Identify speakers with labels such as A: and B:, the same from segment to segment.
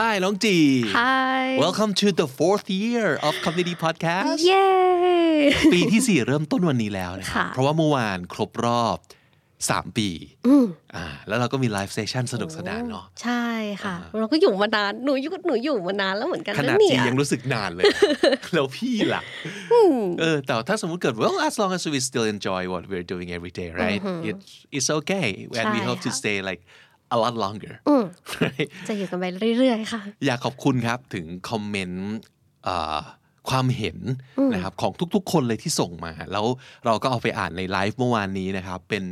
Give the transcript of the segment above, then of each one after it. A: Hi น้องจี
B: Hi
A: Welcome to the fourth year of Comedy Podcast
B: Yay
A: ปีที่ 4 เริ่มต้นวันนี้แล้วนะครับ
B: ค่ะ
A: เพราะว่าเมื่อวานครบรอบ 3 ปีอ่าแล้วเราก็มีไลฟ์เซสชั่นสนุกสนานเนาะ
B: ใช่ค่ะ เราก็อยู่มานาน หนูอยู่หนูอยู่มานานแล้วเหมือนกันะ
A: ขนาด
B: เนี่
A: จี
B: ย
A: ยังรู้สึก นานเลย แล้วพี่ล่ะ เออ แต่ถ้าสมมติเกิด well as long as we still enjoy what we're doing every day right it's it's okay and we
B: ใช่
A: hope to
B: ค่ะ
A: stay like a lot longer right
B: จะอยู่กันไปเรื่อยๆ ค่ะ
A: อยากขอบคุณครับถึงคอมเมนต์เอ่อความเห็นนะครับของทุกๆ คนเลยที่ส่งมา แล้วเราก็เอาไปอ่านในไลฟ์เมื่อวานนี้นะครับ เป็น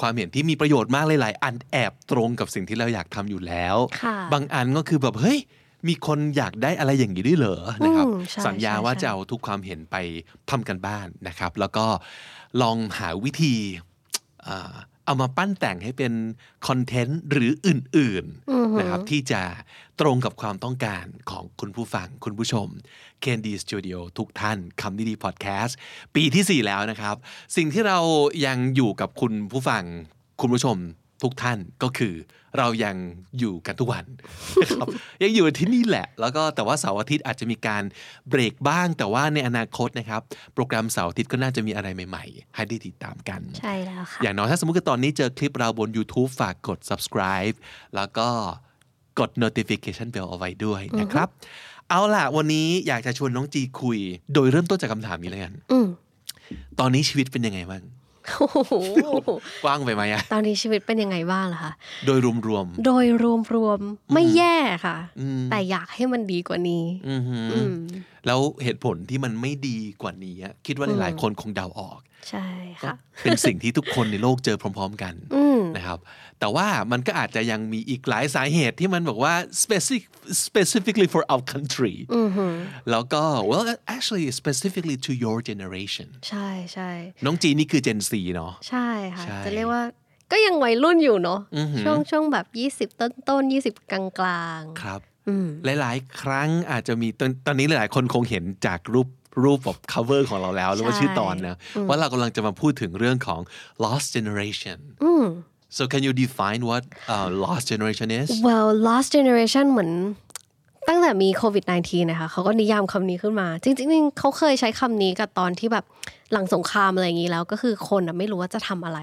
A: ความเห็นที่มีประโยชน์มากหลายๆอันแอบตรงกับสิ่งที่เราอยากทำอยู่แล้ว
B: ค่ะ
A: บางอันก็คือแบบเฮ้ยมีคนอยากได้อะไรอย่างนี้ด้วยเหรอนะครับ
B: อืมใช่
A: สัญญา
B: ใช่
A: ว่า
B: ใช่
A: จะเอาทุกความเห็นไปทำกันบ้านนะครับ แล้วก็ลองหาวิธี เอ่อเอามาปั้นแต่งให้เป็นคอนเทนต์หรืออื่นๆนะครับที่จะตรงกับความต้องการของคุณผู้ฟังคุณผู้ชม Candy Studio ทุกท่านคำดีดีพอดแคสต์ปีทีสี่ 4 แล้วนะครับ สิ่งที่เรายังอยู่กับคุณผู้ฟังคุณผู้ชมทุกท่านก็คือ เรายังอยู่กันทุกวัน นะครับ ยังอยู่ที่นี่แหละ แล้วก็แต่ว่าเสาร์อาทิตย์อาจจะมีการเบรกบ้าง แต่ว่าในอนาคตนะครับ โปรแกรมเสาร์อาทิตย์ก็น่าจะมีอะไรใหม่ๆ ให้ได้ติดตามกัน
B: ใช่แล้วค่ะ
A: อย่างน้อยถ้าสมมติว่าตอนนี้เจอคลิปเราบน YouTube ฝากกด subscribe แล้วก็กด notification bell เอาไว้ด้วยนะครับ เอาล่ะ วันนี้อยากจะชวนน้องจีคุย โดยเริ่มต้นจากคำถามนี้เลยกัน
B: อืม
A: ตอนนี้ชีวิตเป็นยังไงบ้าง
B: โอ้โห
A: กว้างไปไหมอะ
B: ตอนนี้ชีวิตเป็นยังไงบ้างล่ะคะ
A: โดยรวม
B: โดยรวมๆ ไม่แย่ค่ะ
A: อืม
B: แต่อยากให้มันดีกว่านี้
A: ๆ อือหือ
B: อืม
A: แล้วเหตุผลที่มันไม่ดีกว่านี้อะคิดว่าหลายๆคนคงเดาออก
B: ใช่ค่ะ
A: เป็นสิ่งที่ทุกคนในโลกเจอพร้อม ๆ กัน
B: อืม
A: นะครับแต่ว่ามันก็อาจจะยังมีอีกหลายสาเหตุที่มันบอกว่า specific specifically for our country แล้วก็ well actually specifically to your generation
B: ใช่ใช่
A: น้องจีนี่คือ Gen Z เนาะ
B: ใช่ค่ะ
A: ใช่
B: จะเรียกว่าก็ยังวัยรุ่นอยู่เนาะ
A: อือหือ
B: ช่วงช่วงแบบยี่สิบต้นๆยี่สิบกลางๆ
A: ครับ
B: อืม
A: หลายๆ ครั้งอาจจะมีตอนตอนนี้หลายๆ คนคงเห็นจากรูปรูปแบบ cover ของเราแล้ว หรือว่า
B: ใช่
A: ชื่อตอนนะว่าเรากำลังจะมาพูดถึงเรื่องของ lost generation
B: อืม
A: so can you define what uh, lost generation is
B: well last generation เหมือนตั้งแต่มีโควิด -19 นะคะเขาก็นิยามคำนี้ขึ้นมา จริงๆเขาเคยใช้คำนี้กับตอนที่แบบหลังสงครามอะไรอย่างนี้แล้วก็คือคนน่ะไม่รู้ว่าจะทำอะไร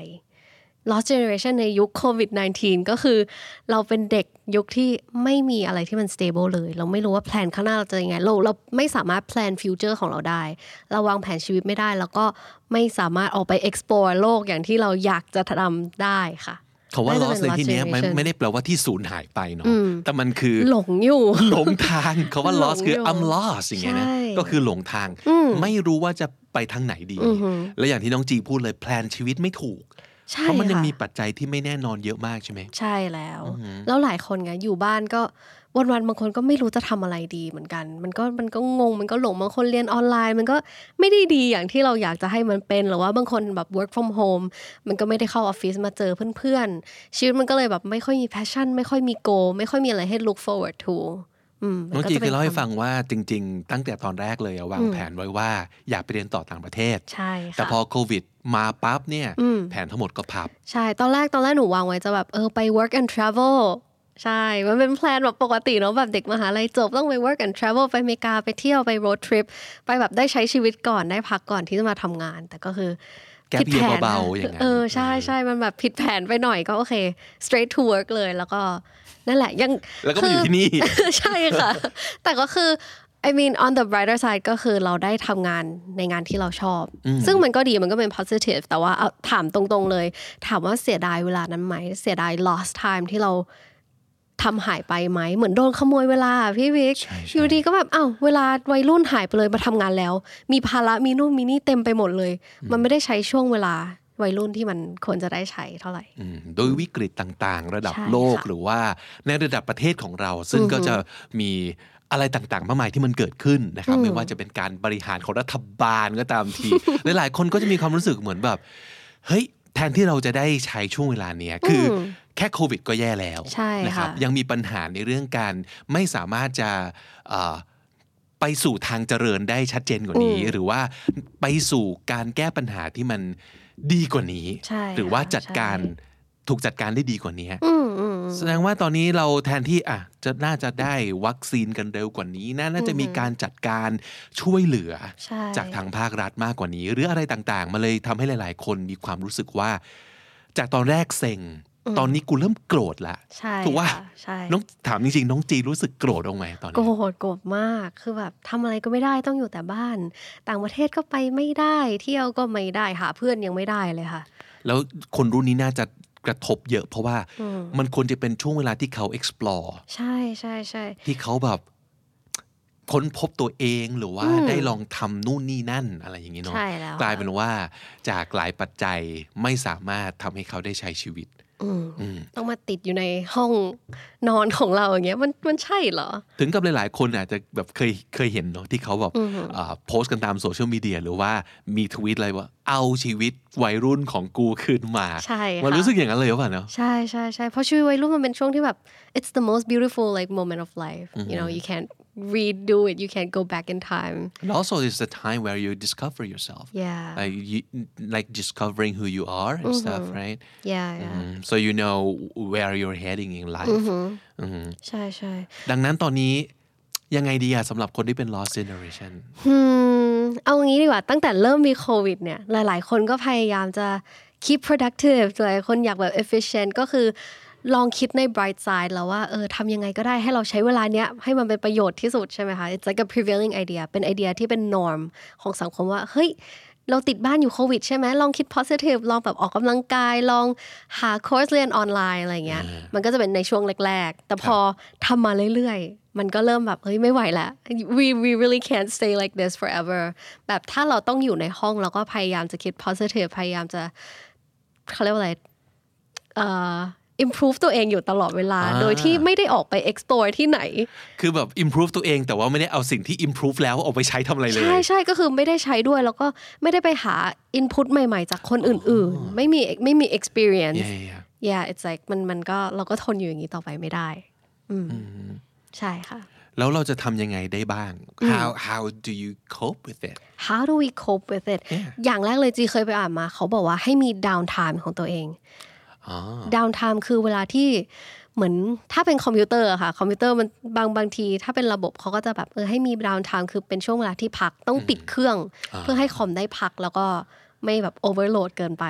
B: Lost Generation ในยุคโควิด -19 ก็คือ เราเป็นเด็กยุคที่ไม่มีอะไรที่มัน stable เลย เราไม่รู้ว่าแพลนข้างหน้าเราจะยังไง เราเราไม่สามารถแพลนฟิวเจอร์ของเราได้ เราวางแผนชีวิตไม่ได้ แล้วก็ไม่สามารถออกไป explore โลกอย่างที่เราอยากจะทำได้ค่ะ
A: คำว่า
B: น่จะ
A: lost
B: เป็
A: ใน
B: Lost
A: ที่เนี้ยมัน
B: Generation
A: ไม่ได้แปลว่าที่ศูนย์หายไปเนาะแต่มันคือ
B: หลงอยู่
A: หลงทางคาว่า
B: หลง
A: lost คือ
B: อยู่
A: I'm lost อย่างเงี้ยนะ
B: ใช่
A: ก็คือหลงทาง ไม่รู้ว่าจะไปทางไหนดี และอย่างที่น้องจีพูดเลยแพลนชีวิตไม่ถูก
B: ใช่
A: เพราะมันยัง
B: ค่ะ
A: มีปัจจัยที่ไม่แน่นอนเยอะมากใช่ไหม
B: ใช่แล้ว แล้วหลายคนไงอยู่บ้านก็วันๆบางคนก็ไม่รู้จะทำอะไรดีเหมือนกัน มันก็มันก็งงมันก็หลงบางคนเรียนออนไลน์ มันก็ไม่ได้ดีอย่างที่เราอยากจะให้มันเป็นหรือว่าบางคนแบบ work from home มันก็ไม่ได้เข้าออฟฟิศมาเจอเพื่อนๆ ชีวิตมันก็เลยแบบไม่ค่อยมี passion ไม่ค่อยมี goal ไม่ค่อยมีอะไรให้ look forward to อืมมั
A: น้อง
B: ก็
A: จี
B: จะ
A: เค
B: ป็
A: ย
B: น
A: เล่าให้
B: วาม
A: ฟังว่าจริง ๆ ตั้งแต่ตอนแรกเลยอะวางแผนไว้ว่า อยากไปเรียนต่อต่างประเทศ
B: ใช่ค่ะ
A: แต่พอโควิดมาปั๊บเนี่ย แผนทั้งหมดก็พับ
B: ใช่ ตอนแรก ตอนแรกหนูวางไว้จะแบบเออไป work and travel ใช่ มันเป็นแพลนแบบปกติเนาะแบบเด็กมหาลัยจบต้องไป work and travel ไปอเมริกาไปเที่ยวไป road trip ไปแบบได้ใช้ชีวิตก่อนได้พักก่อนที่จะมาทำงาน แต่ก็คือ
A: Gap
B: ผิดแผน
A: year เบาๆอย่างนั้น
B: เออ ใช่ใช่มันแบบผิดแผนไปหน่อยก็โอเค straight to work เลยแล้วก็นั่นแหละยัง
A: แล้วก็มาอยู่ที่นี่
B: ใช่ค่ะ แต่ก็คือ I mean on the brighter side ก็คือเราได้ทำงานในงานที่เราชอบ ซึ่งมันก็ดีมันก็เป็น positive แต่ว่าเอาถามตรงๆเลย ถามว่าเสียดายเวลานั้นไหม เสียดาย lost time ที่เราทำหายไปไหม เหมือนโดนขโมยเวลาอะพี่วิก
A: ใช่ใช่
B: อยู่ดีก็แบบอ้าวเวลาวัยรุ่นหายไปเลยมาทำงานแล้ว มีภาระมีนู่นมีนี่เต็มไปหมดเลย มันไม่ได้ใช้ช่วงเวลาวัยรุ่นที่มันควรจะได้ใช้เท่าไหร่
A: อืมโดยวิกฤตต่างๆ ระดับ
B: ใช่
A: โลก
B: ค่ะ
A: หรือว่าในระดับประเทศของเรา ซึ่งก็จะมี อะไรต่างๆ มากมายที่มันเกิดขึ้นนะครับ ไม่ว่าจะเป็นการบริหารของรัฐบาลก็ตามที หลายๆ คนก็จะมีความรู้สึกเหมือนแบบ เฮ้ย แทนที่เราจะได้ใช้ช่วงเวลาเนี้ยคืออ
B: ม
A: แค่โควิดก็แย่แล้ว
B: ใช่
A: นะครั
B: ค่ะ
A: ยังมีปัญหาในเรื่องการไม่สามารถจะเอ่อไปสู่ทางเจริญได้ชัดเจนกว่านี้ หรือว่าไปสู่การแก้ปัญหาที่มันดีกว่านี้
B: ใช่
A: หรือว่า
B: ค่ะ
A: จัดการ
B: ใช่
A: ถูกจัดการได้ดีกว่านี้
B: อืมอืมอืม
A: แสดงว่าตอนนี้เราแทนที่อ่ะจะน่าจะได้วัคซีนกันเร็วกว่านี้นะน่าจะมีการจัดการช่วยเหลือ
B: ใช่
A: จากทางภาครัฐมากกว่านี้ หรืออะไรต่างๆ มาเลยทำให้หลาย ๆ คนมีความรู้สึกว่า จากตอนแรกเซ็ง ตอนนี้กูเริ่มโกรธละ
B: ใช่
A: ถูกปะ
B: ค่ะใช่
A: น้องถามจริง ๆ น้องจีรู้สึกโกรธบ้างไหมตอน
B: โกร
A: นี้
B: ธโกรธมากคือแบบทำอะไรก็ไม่ได้ต้องอยู่แต่บ้าน ต่างประเทศก็ไปไม่ได้ เที่ยวก็ไม่ได้หาเพื่อนยังไม่ได้เลยค่ะ
A: แล้วคนรุ่นนี้น่าจะกระทบเยอะ เพราะว่า
B: อืม
A: มันควรจะเป็นช่วงเวลาที่เขา explore
B: ใช่ใช่ใช่
A: ที่เขาแบบค้นพบตัวเองหรือว่า
B: อืม
A: ได้ลองทำนู่นนี่นั่นอะไรอย่างนี้เนาะ
B: ใช่แล้วค่ะ
A: กลายเป็นว่าจากหลายปัจจัยไม่สามารถทำให้เขาได้ใช้ชีวิต
B: อืม
A: อืม
B: ต้องมาติดอยู่ในห้องนอนของเราอย่างเงี้ยมันมันใช่เหรอ
A: ถึงกับหลาย ๆ คนอาจจะแบบเคยเคยเห็นเนาะที่เขาแบบ
B: อืม
A: เอ่อโพสต์กันตามโซเชียลมีเดียหรือว่ามีทวีตอะไรว่า เอาชีวิตวัยรุ่นของกูคืนมา
B: ใช่ค่ะ
A: มันรู้สึกอย่างนั้นเลยหรือเปล่าเนาะ
B: ใช่ใช่ใช่เพราะชีวิตวัยรุ่นมันเป็นช่วงที่แบบ it's the most beautiful like moment of life you know you can't redo it you can't go back in time
A: and also it's the time where you discover yourself
B: yeah
A: like you, like discovering who you are and stuff right
B: yeah yeah
A: Mm, so you know where you're heading in life อืม
B: ใช่ใช่
A: ดังนั้นตอนนี้ยังไงดีอะสำหรับคนที่เป็น lost generation
B: อืมเอางี้ดีกว่าตั้งแต่เริ่มมีโควิดเนี่ยหลาย ๆ คนก็พยายามจะ keep productive หลายคนอยากแบบ efficient ก็คือลองคิดใน bright side แล้วว่าเออทำยังไงก็ได้ให้เราใช้เวลาเนี้ยให้มันเป็นประโยชน์ที่สุดใช่ไหมคะ it's like a prevailing idea เป็นไอเดียที่เป็น norm ของสังคมว่าเฮ้ย เราติดบ้านอยู่โควิดใช่ไหมลองคิด positive ลองแบบออกกำลังกาย ลองหาคอร์สเรียนออนไลน์อะไรเงี้ย มันก็จะเป็นในช่วงแรก ๆ แต่พอทำมาเรื่อยๆ มันก็เริ่มแบบ เฮ้ย ไม่ไหวแล้ว we we really can't stay like this forever แบบถ้าเราต้องอยู่ในห้องเราก็พยายามจะคิด positive พยายามจะเขาเรียกว่าอะไร เอ่อ improve ตัวเองอยู่ตลอดเวลา
A: อ่า
B: โดยที่ไม่ได้ออกไป explore ที่ไหน
A: คือแบบ improve ตัวเองแต่ว่าไม่ได้เอาสิ่งที่ improve แล้วออกไปใช้ทำอะไรเลย
B: ใช่ใช่ก็คือไม่ได้ใช้ด้วยแล้วก็ไม่ได้ไปหา input ใหม่ ๆ จากคนอื่น ๆ ไม่มีไม่มี experience
A: yeah, yeah.
B: yeah it's like มันมันก็เราก็ทนอยู่อย่างนี้ต่อไปไม่ได้ อืมใช่ค่ะ
A: แล้วเราจะทำยังไงได้บ้าง how how do you cope with it
B: how do we cope with it อย่างแรกเลยจีเคยไปอ่านมา เขาบอกว่าให้มี downtime ของตัวเอง
A: อ๋อ
B: downtime คือเวลาที่เหมือนถ้าเป็นคอมพิวเตอร์อะค่ะ คอมพิวเตอร์มันบางบางที ถ้าเป็นระบบเขาก็จะแบบเออให้มี downtime คือเป็นช่วงเวลาที่พักต้องปิดเครื่อง เพื่อให้คอมได้พักแล้วก็ไม่แบบ overload เกินไป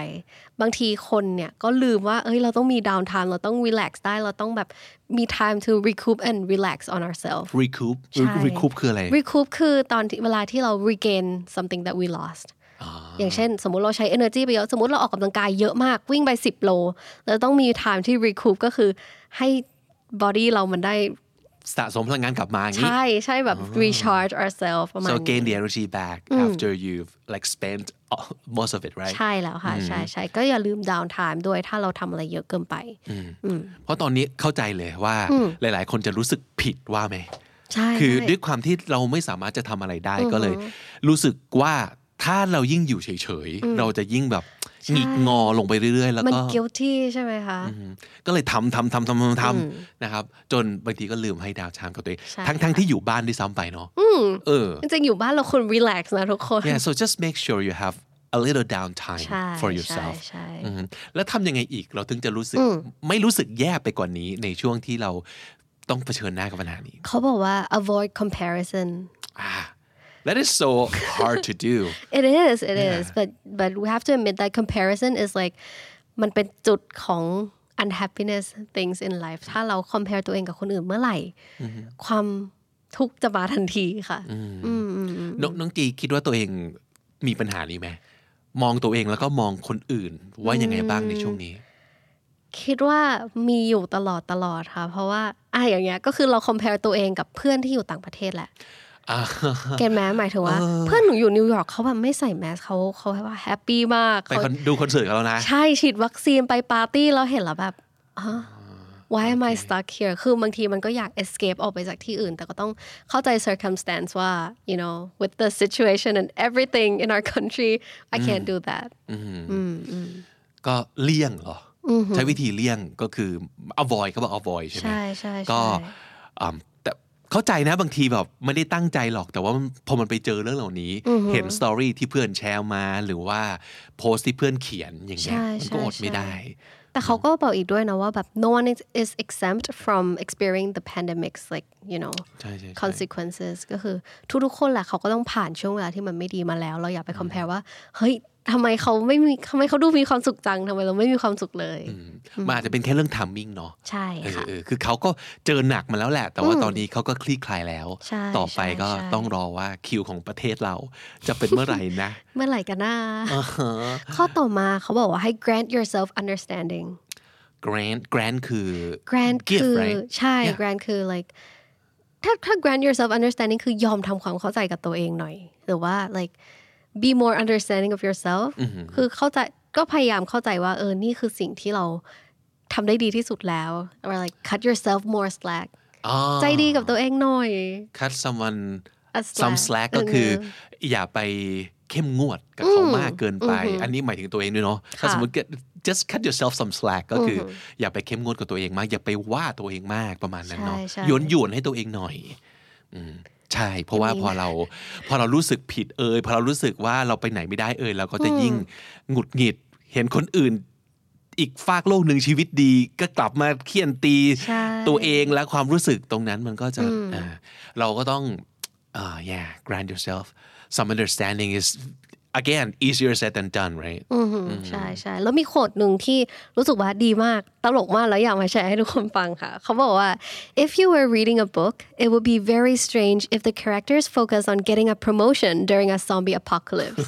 B: บางทีคนเนี่ยก็ลืมว่าเอ้ยเราต้องมี downtime เราต้อง relax ได้เราต้องแบบมี time to recoup and relax on ourselves
A: recoup
B: ใช่
A: recoup คืออะไร
B: recoup คือตอนที่เวลาที่เรา regain something that we lost
A: อ๋อ
B: อย่างเช่น สมมติเราใช้ energy ไปเยอะ สมมติเราออกกำลังกายเยอะมากวิ่งไป 10 โล แล้วต้องมี time ที่ recoup ก็คือให้ body เรามันได้
A: สะสมพลังงานกลับมาอย่างนี้
B: ใช่ใช่แบบ recharge ourselves ประมาณ
A: so
B: นี้
A: gain the energy back after you've like spent all- most of it right
B: ใช่แล้วค่ะ ใช่ใช่ก็อย่าลืม down time ด้วยถ้าเราทำอะไรเยอะเกินไป
A: เพราะตอนนี้เข้าใจเลยว่าหลาย ๆ คนจะรู้สึกผิดว่าไหม
B: ใช่
A: คือ
B: ใช่
A: ด้วยความที่เราไม่สามารถจะทำอะไรได้ก็เลย รู้สึกว่าถ้าเรายิ่งอยู่เฉยๆ เราจะยิ่งแบบหงิกงอลงไปเรื่อยๆ แล้ว
B: มัน
A: ก็
B: guilty ใช่ไหมคะ
A: ก็เลยทำทำทำทำทำทำนะครับ จนบางทีก็ลืมให้ดาวชามกับตัวเอง
B: ใช่
A: ทั้งทั้งที่อยู่บ้านด้วยซ้ำไปเนาะเออ
B: จริงๆอยู่บ้านเราควร relax นะทุกคน
A: yeah so just make sure you have a little downtime
B: ใช่
A: for
B: ใช่
A: yourself
B: ใช่
A: อืมแล้วทำยังไงอีกเราถึงจะรู้สึก ไม่รู้สึกแย่ไปกว่านี้ในช่วงที่เราต้องเผชิญหน้ากับปัญหานี้
B: เขาบอกว่า avoid comparison
A: อ่า that is so hard to do
B: it is it is but but we have to admit that comparison is like มันเป็นจุดของ unhappiness things in life ถ้าเรา compare ตัวเองกับคนอื่นเมื่อไหร่ ความทุกข์จะมาทันทีค่ะ
A: นน้องจีคิดว่าตัวเองมีปัญหานี้ไหมมองตัวเองแล้วก็มองคนอื่น ว่ายังไงบ้างในช่วงนี้
B: คิดว่ามีอยู่ตลอดตลอดค่ะ เพราะว่าอ่ะอย่างเงี้ยก็คือเรา compare ตัวเองกับเพื่อนที่อยู่ต่างประเทศแหละ
A: อ่า
B: เกณฑ์แมสหมายถึงว่า เพื่อนหนูอยู่นิวยอร์กเขาแบบไม่ใส่แมสเขาเขาว่าแฮปปี้มาก
A: ไป
B: เขา
A: คอนดูคอนเสิร์ตกันแล้วนะ
B: ใช่ฉีดวัคซีนไปปาร์ตี้แล้วเห็นแล้วแบบฮะ why am I stuck here คือบางทีมันก็อยาก escape ออกไปจากที่อื่น แต่ก็ต้องเข้าใจ circumstance ว่า you know with the situation and everything in our country I can't do that
A: ก็เลี่ยงเหรออใช้วิธีเลี่ยงก็คือ avoid เขาบอก avoid ใช่ไหม
B: ใช่ใช่
A: ก็
B: ใช่
A: อืมแต่เข้าใจนะบางทีแบบไม่ได้ตั้งใจหรอกแต่ว่ามันพอมันไปเจอเรื่องเหล่านี้ เห็นสตอรี่ที่เพื่อนแชร์มาหรือว่าโพสต์ที่เพื่อนเขียนอย่างเงี้ย
B: ใช่
A: มันก็อด
B: ใช่
A: ไม่ได้
B: แต่เขาก็บอกอีกด้วยนะว่าแบบ no one is- is exempt from experiencing the pandemic's like you know
A: ใช่ใช่ใช่
B: consequences ก็คือทุกๆคนแหละเขาก็ต้องผ่านช่วงเวลาที่มันไม่ดีมาแล้ว เราอย่าไป compare ว่า เฮ้ยทำไมเขาไม่มีทำไมเขาดูมีความสุขจังทำไมเราไม่มีความสุขเลย
A: อืมมันอาจจะเป็นแค่เรื่องทามมิ่งเนาะ
B: ใช่
A: เออ
B: ค่ะ
A: เออคือเขาก็เจอหนักมาแล้วแหละ แต่ว่าตอนนี้เขาก็คลี่คลายแล้ว
B: ใช่
A: ต่อไปก็
B: ใช่ใช่
A: ต้องรอว่าคิวของประเทศเราจะเป็นเมื่อไหร่นะ
B: เมื่อไหร่กันนะข้อต่อมาเขาบอกว่าให้ grant yourself understanding
A: grant grant คือ
B: grant
A: Gift,
B: คือ
A: right?
B: ใช่
A: Yeah.
B: grant คือ like ถ้าถ้า grant yourself understanding คือยอมทำความเข้าใจกับตัวเองหน่อย หรือว่า like be more understanding of yourself คือเข้าใจก็พยายามเข้าใจว่าเออ นี่คือสิ่งที่เราทำได้ดีที่สุดแล้ว or like cut yourself more slack
A: อ๋อ
B: ใจดีกับตัวเองหน่อย
A: cut someone
B: A slack
A: some slack ก็คือ
B: เออ
A: อย่าไปเข้มงวดกับเขามากเกินไป อันนี้หมายถึงตัวเองด้วยเนาะถ้าสมมติ get- just cut yourself some slack ก็คือออย่าไปเข้มงวดกับตัวเองมาก อย่าไปว่าตัวเองมากประมาณนั้นเนาะ
B: ใช่ใช่
A: โยนหยวนให้ตัวเองหน่อยอืมใช่ เพราะว่าพอเรา พอเรารู้สึกผิดเอยพอเรารู้สึกว่าเราไปไหนไม่ได้เอยเราก็จะยิ่งหงุดหงิด เห็นคนอื่น อีกฝากโลกหนึ่งชีวิตดี ก็กลับมาเคี่ยนตี
B: ใช่
A: ตัวเองและความรู้สึกตรงนั้นมันก็จะอ่าเราก็ต้องอ่า yeah grant yourself some understanding is again easier said than done right
B: อือหือใช่ใช่แล้วมีโคดหนึ่งที่รู้สึกว่าดีมาก ตลกมากแล้วอยากมาแชร์ให้ทุกคนฟังค่ะ เขาบอกว่า if you were reading a book it would be very strange if the characters focus on getting a promotion during a zombie apocalypse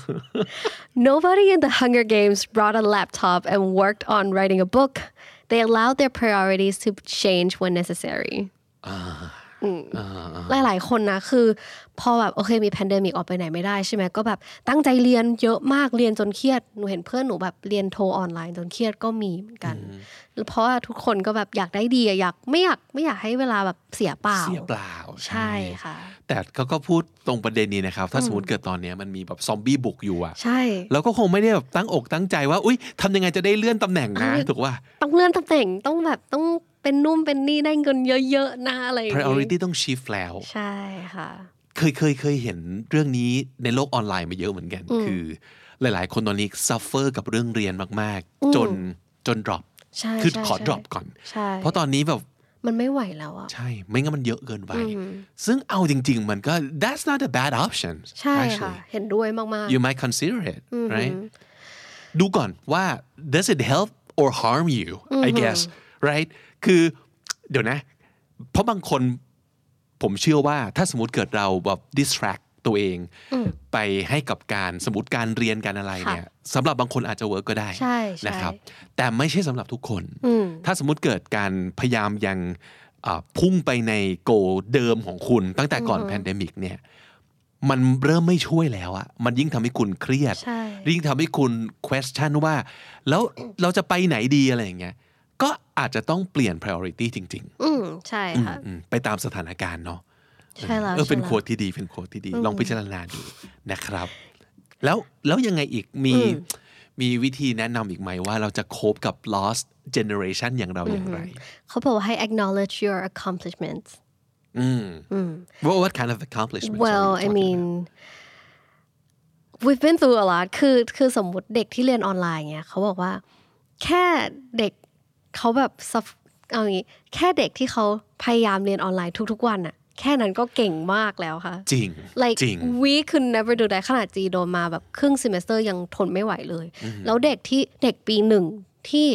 B: nobody in the Hunger Games brought a laptop and worked on writing a book they allowed their priorities to change when necessary หลายๆ คนนะคือพอแบบโอเคมี pandemic ออกไปไหนไม่ได้ใช่ไหมก็แบบตั้งใจเรียนเยอะมากเรียนจนเครียดหนูเห็นเพื่อนหนูแบบเรียนโทรออนไลน์จนเครียดก็มีเหมือนกัน เพราะว่าทุกคนก็แบบอยากได้ดีอะอยากไม่อยากไม่อยากให้เวลาแบบเสียเปล่า
A: เสียเปล่า
B: ใช่ค่ะ
A: แต่เขาก็พูดตรงประเด็นนี้นะครับ ถ้าสมมติเกิดตอนเนี้ยมันมีแบบซอมบี้บุกอยู่อะ
B: ใช่
A: เราก็คงไม่ได้แบบตั้งอกตั้งใจว่า อุ้ยทำยังไงจะได้เลื่อนตำแหน่งนะถูกว่า
B: ต้องเลื่อนตำแหน่งต้องแบบต้องเป็นนุ่มเป็นนี่ได้เงินเยอะๆนะอะไรอย่างงี้
A: priority ต้อง shift แล้ว
B: ใช่ค่ะ
A: เคยเคยเคยเห็นเรื่องนี้ในโลกออนไลน์มาเยอะเหมือนกัน คือ หลาย ๆ คนตอนนี้ suffer กับเรื่องเรียนมาก ๆ จนจน drop
B: ใช่
A: คือ
B: ใช่
A: ขอ
B: ใช่
A: drop ก่อน
B: ใช่
A: เพราะตอนนี้แบบ
B: มันไม่ไหวแล้วอะ
A: ใช่ ไม่งั้นมันเยอะเกินไป ซึ่งเอาจริง ๆ มันก็ that's not a bad option
B: ใช่ค่ะ
A: actually
B: เห็นด้วยมาก
A: you might consider it right ดูก่อนว่า does it help or harm you I guess right คือเดี๋ยวนะ เพราะบางคนผมเชื่อว่าถ้าสมมติเกิดเราแบบ distract ตัวเอง ไปให้กับการสมมติการเรียนการอะไรเนี่ยสำหรับบางคนอาจจะเวิร์กก็ได้
B: ใช่ใช่
A: นะครับ แต่ไม่ใช่สำหรับทุกคน ถ้าสมมติเกิดการพยายามยังอ่าพุ่งไปในโกเดิมของคุณ ตั้งแต่ก่อนแพนเดมิกเนี่ย มันเริ่มไม่ช่วยแล้วอะมันยิ่งทำให้คุณเครียด
B: ใช่
A: ยิ่งทำให้คุณ question ว่า แล้วเราจะไปไหนดีอะไรอย่างเงี้ย ก็อาจจะต้องเปลี่ยน priority จริง
B: ๆ อืมใช่
A: ๆ
B: ค่ะ
A: อืมไปตามสถานการณ์เนาะ
B: ใช่แล้ว
A: เออเป็น
B: ใช่แล้ว
A: โค้ดที่ดีเป็นโค้ดที่ดี ลองพิจารณาดูนะครับ แล้วแล้วยังไงอีกมีมีวิธีแนะนำอีกไหมว่าเราจะโคบกับ lost generation อย่างเราอย่างไร
B: เขาบอกว่าให้ acknowledge your accomplishments
A: อืม what what kind of accomplishment
B: well I mean we've been through a lot คือคือสมมติเด็กที่เรียนออนไลน์เนี่ยเขาบอกว่า แค่เด็กเขาแบบ suff- เอาอย่างงี้แค่เด็กที่เขาพยายามเรียนออนไลน์ทุกๆวันอะแค่นั้นก็เก่งมากแล้วค่ะ
A: จริง
B: like
A: จริง
B: we could never do that ขนาดจีโดนมาแบบครึ่ง semester ยังทนไม่ไหวเลย แล้วเด็กที่เด็กปีหนึ่งที่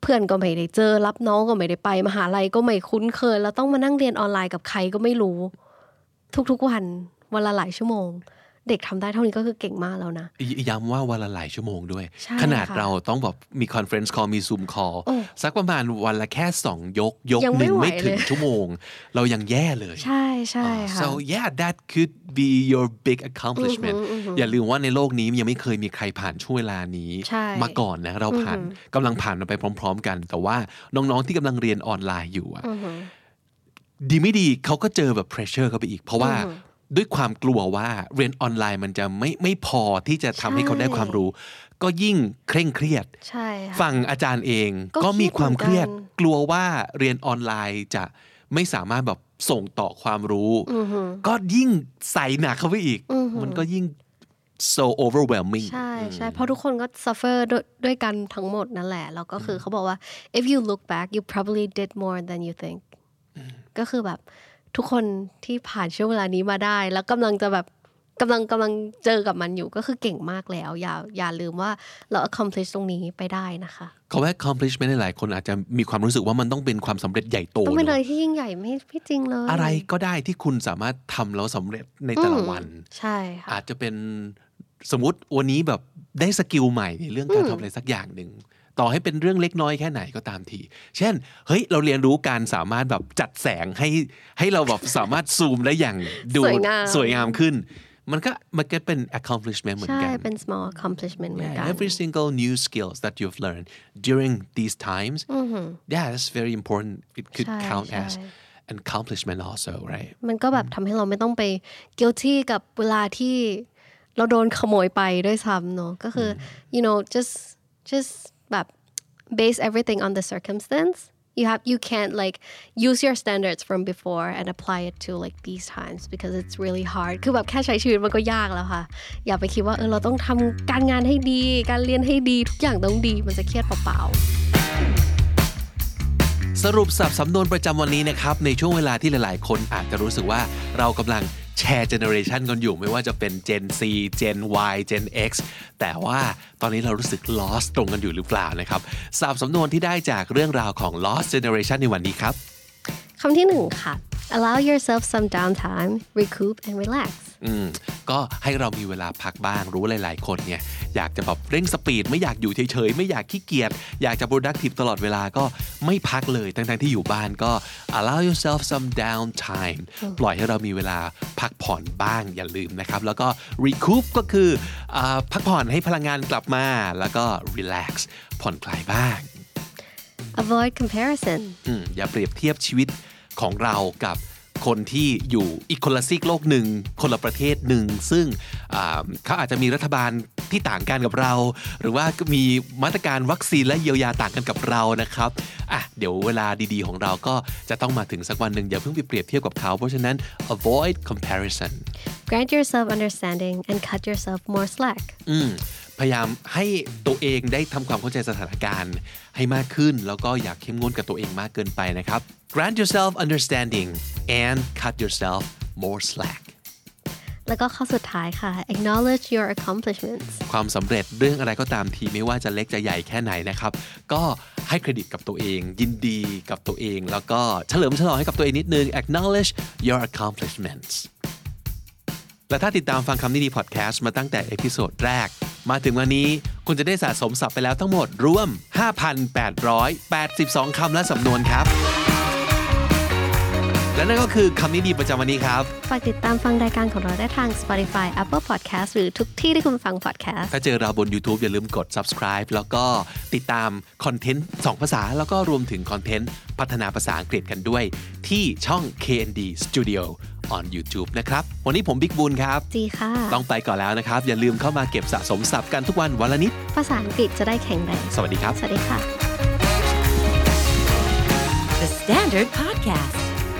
B: เพื่อนก็ไม่ได้เจอ รับน้องก็ไม่ได้ไป มหาลัยก็ไม่คุ้นเคย แล้วต้องมานั่งเรียนออนไลน์กับใครก็ไม่รู้ ทุกๆวันวันละหลายชั่วโมง เด็กทำได้เท่านี้ก็คือเก่งมากแล้วนะ
A: ยย้ำว่าวันละหลายชั่วโมงด้วย
B: ใช่
A: ขนาด
B: ค่ะ
A: เราต้องแบบมีคอนเฟรนซ์คอลมีซูมคอล
B: โอ้
A: สักประมาณวันละแค่ 2 ยก ยก
B: ยัง
A: ห
B: ไม่
A: นึ่ง
B: ไหว
A: ไม่ถึง
B: เลย
A: ชั่วโมง เรายังแย่เลย
B: ใช่ใช่ค่ะ
A: so yeah that could be your big accomplishment อย่าลืมว่าในโลกนี้ยังไม่เคยมีใครผ่านช่วงเวลานี้
B: ใช่
A: มาก่อนนะ เราผ่านกำลังผ่านมันไปพร้อม ๆ กัน แต่ว่าน้อง ๆ ที่กำลังเรียนออนไลน์อยู่อะดีไม่ดีเขาก็เจอแบบ pressure เข้าไปอีก เพราะว่าด้วยความกลัวว่าเรียนออนไลน์มันจะไม่ไม่พอที่จะทำให้เขาได้
B: ใช่
A: ความรู้ ก็ยิ่งเคร่งเครียด
B: ใช่ค่ะ
A: ฝั่งอาจารย์เอง
B: ก็
A: ก็มี
B: เค
A: ค
B: รียด
A: วามเครียด
B: เหมือนกัน
A: กลัวว่าเรียนออนไลน์จะไม่สามารถแบบส่งต่อความรู้ ก็ยิ่งใส่หนักเข้าไปอีก มันก็ยิ่ง so overwhelming
B: ใช่ใช่เพราะทุกคนก็ suffer ด้วยด้วยกันทั้งหมดนั่นแหละ แล้วก็คือเขาบอกว่า if you look back you probably did more than you think ก็คือแบบทุกคนที่ผ่านช่วงเวลานี้มาได้ แล้วกำลังจะแบบกำลังกำลังเจอกับมันอยู่ก็คือเก่งมากแล้ว อย่าอย่าลืมว่าเรา accomplish ตรงนี้ไปได้นะคะ
A: เขาว่า accomplishment หลายๆคนอาจจะมีความรู้สึกว่ามันต้องเป็นความสำเร็จใหญ่โต
B: ต้องเป็น
A: เน
B: อะไร
A: อะ
B: ที่ยิ่งใหญ่ไม่ไม่จริงเลย
A: อะไรก็ได้ที่คุณสามารถทำแล้วสำเร็จในแต่ละวัน
B: ใช่ค่ะ
A: อาจจะเป็นสมมติวันนี้แบบได้สกิลใหม่ในเรื่องการทำอะไรสักอย่างหนึ่ง ต่อให้เป็นเรื่องเล็กน้อยแค่ไหนก็ตามที เช่น เฮ้ย เราเรียนรู้การสามารถแบบจัดแสงให้ให้เราแบบสามารถซูมได้อย่างดู
B: สวยงาม
A: สวยงามขึ้น มันก็มันก็เป็น accomplishment เหมือน
B: ใช่
A: กัน
B: เป็น small accomplishment เหมือนกัน
A: Yeah, every single new skills that you've learned during these times yeah that's very important it could
B: ใช่
A: count
B: ใช่
A: as an accomplishment also right
B: มันก็แบบทำให้เราไม่ต้องไป guilty กับเวลาที่เราโดนขโมยไปด้วยซ้ำเนอะก็คือ you know just just แบบ base everything on the circumstance you have you can't like use your standards from before and apply it to like these times because it's really hard คือแบบแค่ใช้ชีวิตมันก็ยากแล้วค่ะ อย่าไปคิดว่าเออเราต้องทำการงานให้ดี การเรียนให้ดี ทุกอย่างต้องดี มันจะเครียดเปล่า
A: สรุปสับสำนวนประจำวันนี้นะครับ ในช่วงเวลาที่หลายๆ คนอาจจะรู้สึกว่าเรากำลังแชร์เจเนอเรชันกันอยู่ ไม่ว่าจะเป็น Gen C Gen Y Gen X แต่ว่าตอนนี้เรารู้สึก lost ตรงกันอยู่หรือเปล่านะครับสับสำนวนที่ได้จากเรื่องราวของ lost generation ในวันนี้ครับ
B: ๆคำที่หนึ่งค่ะ allow yourself some downtime recoup and relax
A: อืมก็ให้เรามีเวลาพักบ้างรู้ว่าหลายๆ คนเนี่ยอยากจะแบบเร่งสปีดไม่อยากอยู่เฉยๆ ไม่อยากขี้เกียจอยากจะ productive ตลอดเวลาก็ไม่พักเลยทั้งๆที่อยู่บ้านก็ allow yourself some downtime ปล่อยให้เรามีเวลาพักผ่อนบ้างอย่าลืมนะครับ แล้วก็ recoup ก็คืออาพักผ่อนให้พลังงานกลับมา แล้วก็ relax ผ่อนคลายบ้าง
B: avoid comparison
A: อืมอย่าเปรียบเทียบชีวิตของเรากับคนที่อยู่อีกคนละซีกโลกหนึ่ง คนละประเทศหนึ่ง ซึ่งอ่าเขาอาจจะมีรัฐบาลที่ต่างกันกับเรา หรือว่ามีมาตรการวัคซีนและเยียวยาต่างกันกับเรานะครับอ่ะเดี๋ยวเวลาดีๆของเราก็จะต้องมาถึงสักวันหนึ่งอย่าเพิ่งไปเปรียบเทียบกับเขา เพราะฉะนั้น avoid comparison
B: grant yourself understanding and cut yourself more slack
A: อืมพยายามให้ตัวเองได้ทำความเข้าใจสถานการณ์ให้มากขึ้น แล้วก็อย่าเข้มงวดกับตัวเองมากเกินไปนะครับ grant yourself understanding and cut yourself more slack
B: แล้วก็ข้อสุดท้ายค่ะ acknowledge your accomplishments
A: ความสำเร็จเรื่องอะไรก็ตามทีไม่ว่าจะเล็กจะใหญ่แค่ไหนนะครับ ก็ให้เครดิตกับตัวเอง ยินดีกับตัวเอง แล้วก็เฉลิมฉลองให้กับตัวเองนิดนึง acknowledge your accomplishments และถ้าติดตามฟังคำนี้ดีพอดแคสต์มาตั้งแต่เอพิโซดแรก มาถึงวันนี้คุณจะได้สะสมศัพท์ไปแล้วทั้งหมดรวม 5,882 คำและสำนวนครับ และนั่นก็คือคำนี้ดีประจำวันนี้ครับ
B: ฝากติดตามฟังรายการของเราได้ทาง Spotify Apple Podcast หรือทุกที่ที่คุณฟัง podcast
A: ถ้าเจอเราบน YouTube อย่าลืมกด subscribe แล้วก็ติดตามคอนเทนต์ 2 ภาษา แล้วก็รวมถึงคอนเทนต์ พัฒนาภาษาอังกฤษกันด้วย ที่ช่อง KND Studio on YouTube นะครับ วันนี้ผมบิ๊กบุญครับ
B: จีค่ะ
A: ต้องไปก่อนแล้วนะครับ อย่าลืมเข้ามาเก็บสะสมศัพท์กันทุกวันวันละนิด
B: ภาษาอังกฤษจะได้แข็งแรง
A: สวัสดีครับ
B: สวัสดีค่ะ
C: The Standard Podcast,